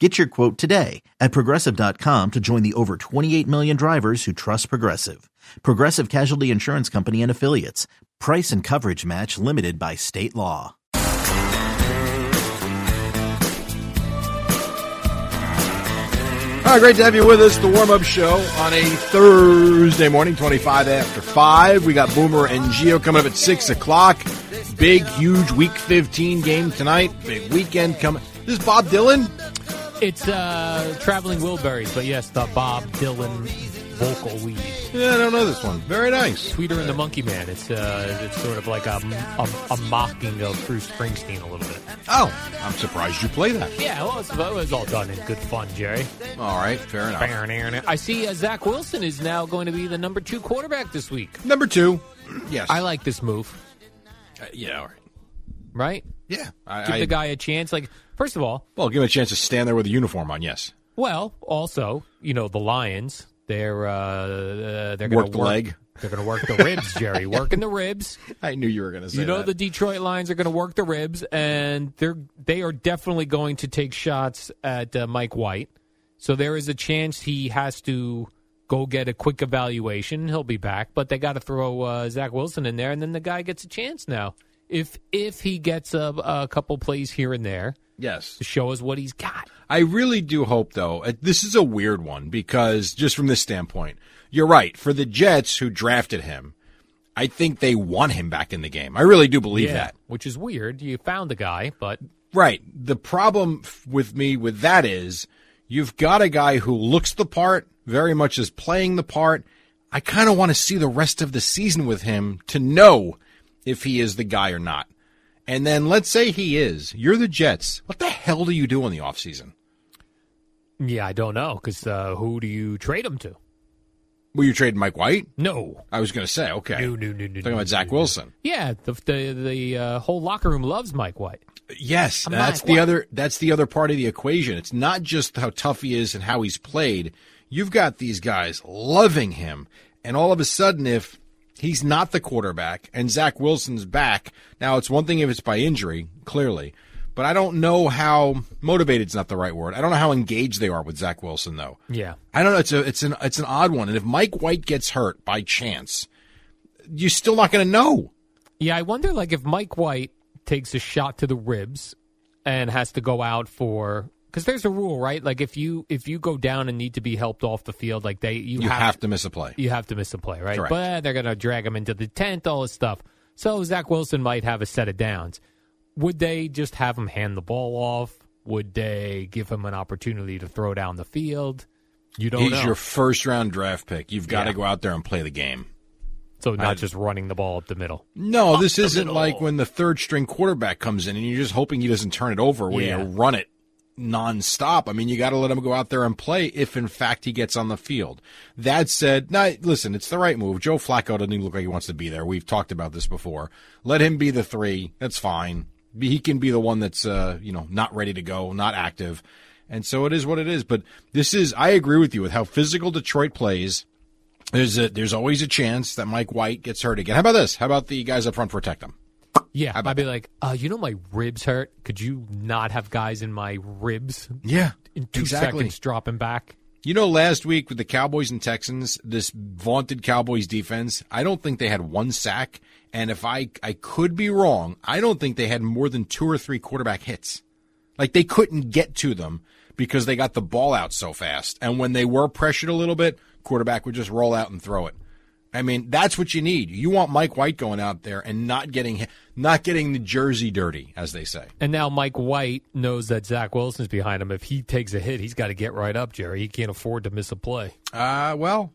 Get your quote today at progressive.com to join the over 28 million drivers who trust Progressive. Progressive Casualty Insurance Company and Affiliates. Price and coverage match limited by state law. All right, great to have you with us. The warm up show on a Thursday morning, 25 after 5. We got Boomer and Geo coming up at 6 o'clock. Big, huge week 15 game tonight. Big weekend coming. This is Bob Dylan. It's uh, Traveling Wilburys, but yes, the Bob Dylan vocal lead. Yeah, I don't know this one. Very nice. Sweeter and the Monkey Man. It's uh, it's sort of like a, a, a mocking of Bruce Springsteen a little bit. Oh, I'm surprised you play that. Yeah, well, it's, it was all done in good fun, Jerry. All right, fair enough. I see uh, Zach Wilson is now going to be the number two quarterback this week. Number two. Yes. I like this move, yeah, all right. right? Yeah. I, Give I- the guy a chance. Like, first of all, well, give him a chance to stand there with a uniform on, yes. Well, also, you know, the Lions, they're uh, they're going Work to the leg. They're going to work the ribs, Jerry. Working the ribs. I knew you were going to say You know, that. the Detroit Lions are going to work the ribs, and they're they are definitely going to take shots at uh, Mike White. So there is a chance he has to go get a quick evaluation. He'll be back, but they got to throw uh, Zach Wilson in there, and then the guy gets a chance now. If if he gets a, a couple plays here and there yes. to show us what he's got. I really do hope, though, uh, this is a weird one because just from this standpoint, you're right. For the Jets who drafted him, I think they want him back in the game. I really do believe that. Which is weird. You found the guy, but Right. The problem f- with me with that is you've got a guy who looks the part, very much is playing the part. I kind of want to see the rest of the season with him to know if he is the guy or not. And then let's say he is. You're the Jets. What the hell do you do in the offseason? yeah, I don't know because uh, who do you trade him to? Will you trade Mike White? No, I was going to say, okay. no, no, no, no. Talking no, about Zach no. Wilson. Yeah, the the, the uh, whole locker room loves Mike White. Yes, I'm that's like, the what? other that's the other part of the equation. It's not just how tough he is and how he's played. You've got these guys loving him, and all of a sudden, if he's not the quarterback and Zach Wilson's back, now it's one thing if it's by injury, clearly, but I don't know how motivated's not the right word. I don't know how engaged they are with Zach Wilson though. Yeah, I don't know. It's a it's an it's an odd one. And if Mike White gets hurt by chance, you're still not going to know. yeah. I wonder, like, if Mike White takes a shot to the ribs and has to go out for because there's a rule, right? Like, if you if you go down and need to be helped off the field, like they you, You have have to miss a play. you have to miss a play, right? Correct. But they're going to drag him into the tent, all this stuff. So Zach Wilson might have a set of downs. Would they just have him hand the ball off? Would they give him an opportunity to throw down the field? You don't He's know. your first round draft pick. You've got to Yeah. go out there and play the game. so not just running the ball up the middle. No, this isn't like when the third string quarterback comes in and you're just hoping he doesn't turn it over when Yeah. you run it nonstop. I mean, you got to let him go out there and play if in fact he gets on the field. That said, now listen, it's the right move. Joe Flacco doesn't even look like he wants to be there. We've talked about this before. Let him be the three. That's fine. He can be the one that's, uh, you know, not ready to go, not active. And so it is what it is. But this is, I agree with you with how physical Detroit plays. There's a, there's always a chance that Mike White gets hurt again. How about this? How about the guys up front protect him? Yeah, How about I'd be like, uh, you know, my ribs hurt. Could you not have guys in my ribs Yeah, in two seconds dropping back? You know, last week with the Cowboys and Texans, this vaunted Cowboys defense, I don't think they had one sack. And if I, I could be wrong, I don't think they had more than two or three quarterback hits. Like they couldn't get to them because they got the ball out so fast. And when they were pressured a little bit, quarterback would just roll out and throw it. I mean, that's what you need. You want Mike White going out there and not getting, not getting the jersey dirty, as they say. And now Mike White knows that Zach Wilson's behind him. If he takes a hit, he's got to get right up, Jerry. He can't afford to miss a play. Uh, well,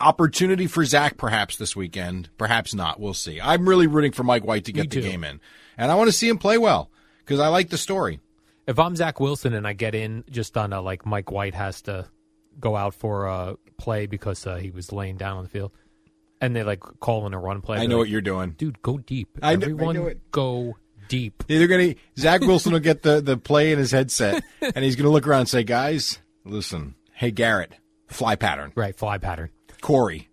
opportunity for Zach perhaps this weekend, perhaps not. We'll see. I'm really rooting for Mike White to get the too. game in, and I want to see him play well because I like the story. If I'm Zach Wilson and I get in just on a like Mike White has to go out for a play because uh, he was laying down on the field, and they like call in a run play. I they're know like, what you're doing. dude. Go deep. I kn- I Everyone, knew it. go deep. They're gonna Zach Wilson will get the the play in his headset, and he's gonna look around and say, "Guys, listen, hey Garrett, fly pattern, Right, fly pattern. Corey,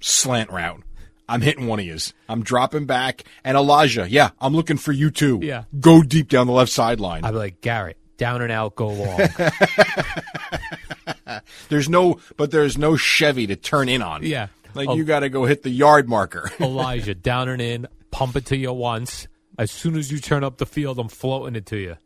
slant route." I'm hitting one of yous. I'm dropping back. And Elijah, yeah, I'm looking for you too. Yeah. Go deep down the left sideline. I'd be like Garrett, down and out, go long. There's no, but there's no Chevy to turn in on. Yeah. Like Oh. you got to go hit the yard marker. Elijah, down and in, pump it to you once. As soon as you turn up the field, I'm floating it to you.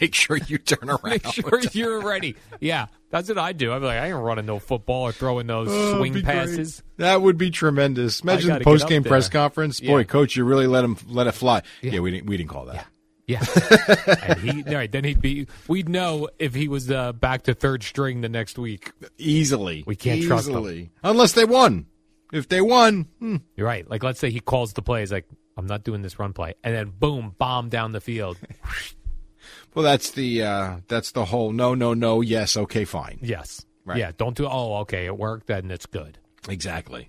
Make sure you turn around. Make sure you're ready. Yeah, that's what I do. I'm like, I ain't running no football or throwing those Oh, swing be great. passes. That would be tremendous. Imagine gotta the get post game up there. press conference. Boy, Yeah. coach, you really let him let it fly. Yeah, we didn't we didn't call that. Yeah. and he, all right, then he'd be, we'd know if he was uh, back to third string the next week. Easily, We can't trust them. easily. unless they won. If they won, hmm. You're right. Like, let's say he calls the play. He's like, I'm not doing this run play. And then, boom, bomb down the field. well, that's the uh, that's the whole no, no, no. Yes, okay, fine. Yes. Right. Yeah, don't do, oh, okay, it worked, then it's good. Exactly.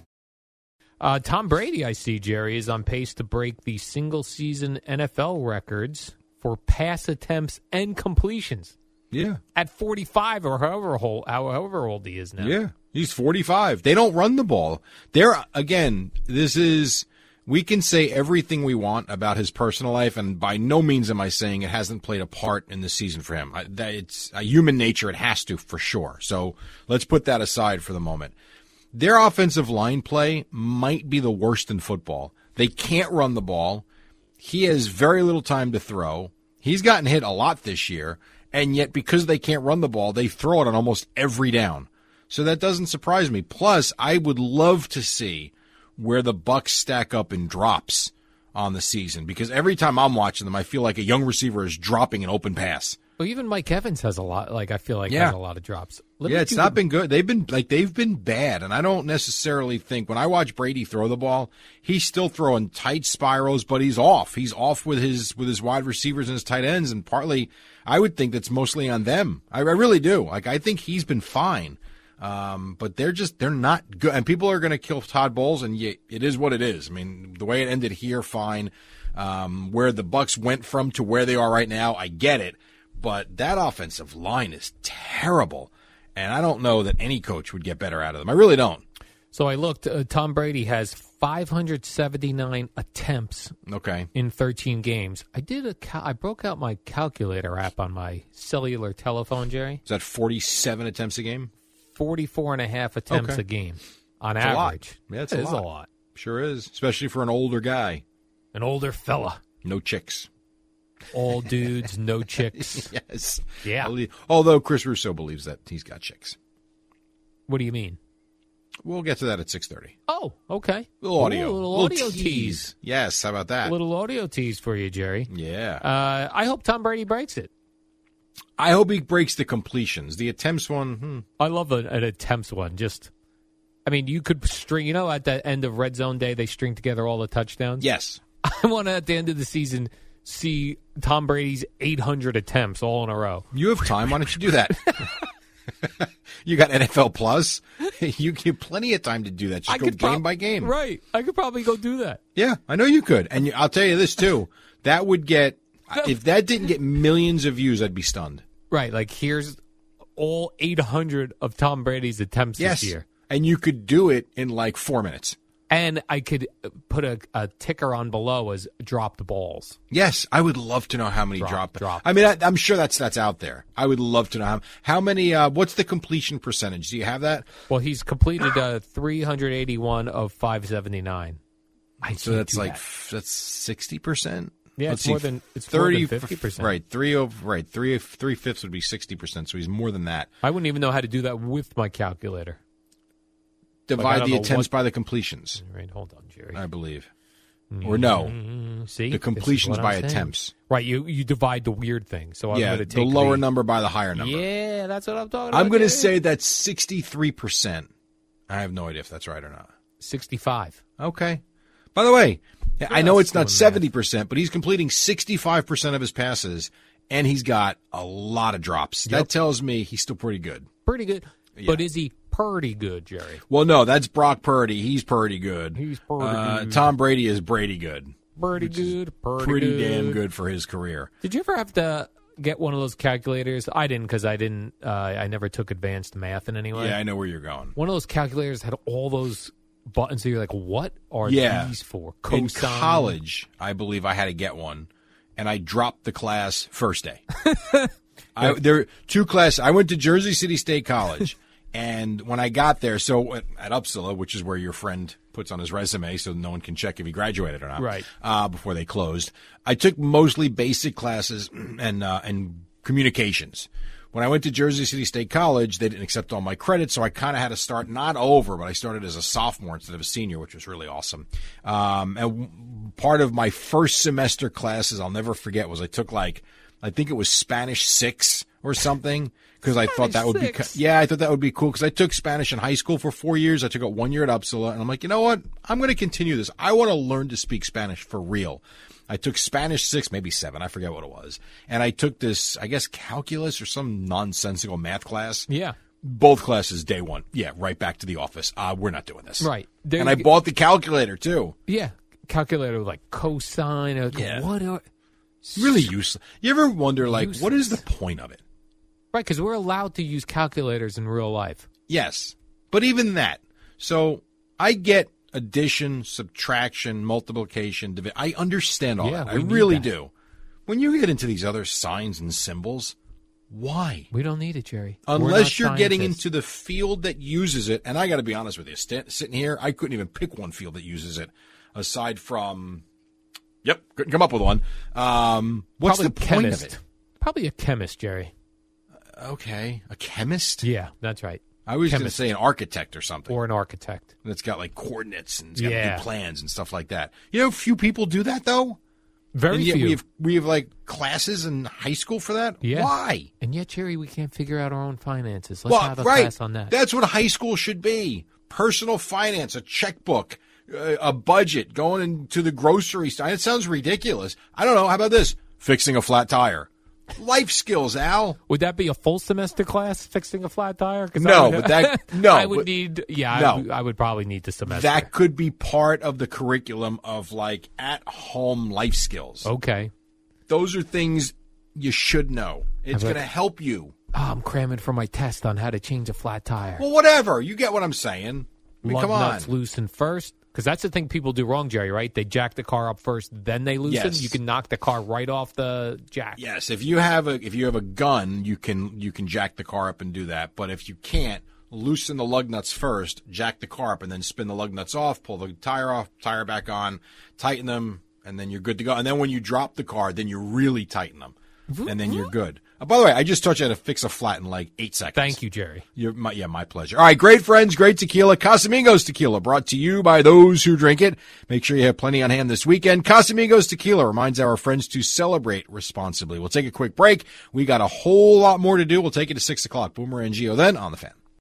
Uh, Tom Brady, I see, Jerry, is on pace to break the single season NFL records for pass attempts and completions Yeah, at 45 or however old, however old he is now. Yeah, he's 45. They don't run the ball. They're again, this is we can say everything we want about his personal life and by no means am I saying it hasn't played a part in the season for him. I, that it's a human nature it has to for sure. So, let's put that aside for the moment. Their offensive line play might be the worst in football. They can't run the ball. He has very little time to throw. He's gotten hit a lot this year, and yet because they can't run the ball, they throw it on almost every down. So that doesn't surprise me. Plus, I would love to see where the Bucks stack up in drops on the season because every time I'm watching them, I feel like a young receiver is dropping an open pass. Well, even Mike Evans has a lot. Like I feel like Yeah. has a lot of drops. Let yeah, me it's do not the- been good. They've been like they've been bad, and I don't necessarily think when I watch Brady throw the ball, he's still throwing tight spirals, but he's off. He's off with his with his wide receivers and his tight ends, and partly I would think that's mostly on them. I, I really do. Like I think he's been fine, um, but they're just they're not good, and people are going to kill Todd Bowles, and yet it is what it is. I mean, the way it ended here, fine. Um, where the Bucks went from to where they are right now, I get it. But that offensive line is terrible. And I don't know that any coach would get better out of them. I really don't. So I looked. Uh, Tom Brady has 579 attempts Okay. in 13 games. I did a. Cal- I broke out my calculator app on my cellular telephone, Jerry. Is that 47 attempts a game? 44 and a half attempts Okay. a game on It's a lot. average. Yeah, it's That a is lot. Sure is, especially for an older guy. An older fella. No chicks. All dudes, no chicks. Yes. Yeah. Al- Although Chris Russo believes that he's got chicks. What do you mean? We'll get to that at 6:30. Oh, okay. Little audio. Ooh, a little, audio tease. Yes, how about A that? little audio tease for you, Jerry. yeah. Uh, I hope Tom Brady breaks it. I hope he breaks the completions. The attempts one, hmm. I love an, an attempts one. Just, I mean, you could string. You know, at the end of red zone day, they string together all the touchdowns. Yes. I want to at the end of the season see Tom Brady's 800 attempts all in a row. You have time. Why don't you do that? you got NFL Plus. You get plenty of time to do that. Just go game prob- by game. Right. I could probably go do that. Yeah, I know you could. And you, I'll tell you this too. That would get if that didn't get millions of views, I'd be stunned. Right. Like here's all 800 of Tom Brady's attempts Yes. this year. And you could do it in like 4 minutes. And I could uh, put a, a ticker on below as dropped balls. Yes, I would love to know how many Drop, drop. drop. I mean, I, I'm sure that's that's out there. I would love to know how, how many. Uh, what's the completion percentage? Do you have that? Well, he's completed uh, 381 of 579. I So can't that's do like that. f- that's sixty percent. Yeah, it's more than- it's more than 50%. Right, three of right three three fifths would be sixty percent. So he's more than that. I wouldn't even know how to do that with my calculator. I Divide don't the know attempts what- by the completions, All right, hold on, Jerry. I believe, Mm-hmm. or no, Mm, See Uh, the This is completions what by I'm saying. attempts. Right, you you divide the weird thing. So I'm yeah, going to the take lower number by the higher number. Yeah, that's what I'm talking about. I'm going to Jerry. say that's sixty three percent. I have no idea if that's right or not. 65. Okay. By the way, I know that's it's not doing seventy percent, but he's completing sixty-five percent of his passes, and he's got a lot of drops. That tells me he's still pretty good. Pretty good. But is he pretty good, Jerry? Well, no, that's Brock Purdy. He's pretty good. He's pretty Uh, good. Tom Brady is Brady good. Pretty good. Pretty, Pretty good. damn good for his career. Did you ever have to get one of those calculators? I didn't because I didn't. Uh, I never took advanced math in any way. Yeah, I know where you're going. One of those calculators had all those buttons. So you're like, what are Yeah. these for? In Cosine. college, I believe I had to get one, and I dropped the class first day. I, there two class. I went to Jersey City State College, and when I got there, so at at Upsala, which is where your friend puts on his resume, so no one can check if he graduated or not, Right. Uh, before they closed, I took mostly basic classes and uh, and communications. When I went to Jersey City State College, they didn't accept all my credits, so I kind of had to start not over, but I started as a sophomore instead of a senior, which was really awesome. Um, and w- part of my first semester classes, I'll never forget, was I took like I think it was Spanish six or something because I thought that would be six? yeah I thought that would be cool because I took Spanish in high school for four years I took it one year at Uppsala and I'm like you know what I'm going to continue this I want to learn to speak Spanish for real I took Spanish six maybe seven I forget what it was and I took this I guess calculus or some nonsensical math class Yeah. both classes day one yeah right back to the office uh, we're not doing this Right. There and you I go. bought the calculator too Yeah. Calculator with like cosine. Or What are. really useless you ever wonder like what is the Useless. point of it Right, because we're allowed to use calculators in real life. Yes. But even that. So I get addition, subtraction, multiplication, division. I understand all Yeah, that. I we need really that. do. When you get into these other signs and symbols, why? We don't need it, Jerry. We're Unless not you're getting scientists. into the field that uses it, and I got to be honest with you, st- sitting here, I couldn't even pick one field that uses it aside from. Yep, couldn't come up with one. Um, what's Probably the point chemist. of it? Probably a chemist, Jerry. Okay, a chemist. Yeah, that's right. I was going to Chemist. say an architect or something. Or an architect. that's got like coordinates and it's got Yeah. big plans and stuff like that. You know, few people do that though. Very and yet few. we have we have like classes in high school for that. Yeah. Why? And yet, Jerry, we can't figure out our own finances. Let's have a right. class on that. That's what high school should be: personal finance, a checkbook, uh, a budget, going into the grocery store. It sounds ridiculous. I don't know. How about this? Fixing a flat tire. Life skills, Al. would that be a full semester class fixing a flat tire? 'Cause I No, would- but that- no, I would but- need. Yeah, No. I, would, I would probably need the semester. That could be part of the curriculum of like at-home life skills. okay. those are things you should know. It's I've- going to help you. Oh, I'm cramming for my test on how to change a flat tire. Well, whatever. You get what I'm saying. I mean, Lug come nuts on. loosen first, because that's the thing people do wrong, Jerry. Right? They jack the car up first, then they loosen. Yes. You can knock the car right off the jack. Yes, if you have a if you have a gun, you can you can jack the car up and do that. But if you can't, loosen the lug nuts first, jack the car up, and then spin the lug nuts off, pull the tire off, tire back on, tighten them, and then you're good to go. And then when you drop the car, then you really tighten them, and then you're good. Uh, by the way, I just taught you how to fix a flat in like eight seconds. Thank you, Jerry. You're my, yeah, my pleasure. All right, great friends, great tequila, Casamigos tequila, brought to you by those who drink it. Make sure you have plenty on hand this weekend. Casamigos tequila reminds our friends to celebrate responsibly. We'll take a quick break. We got a whole lot more to do. We'll take it to six o'clock. Boomer and Geo then on the fan.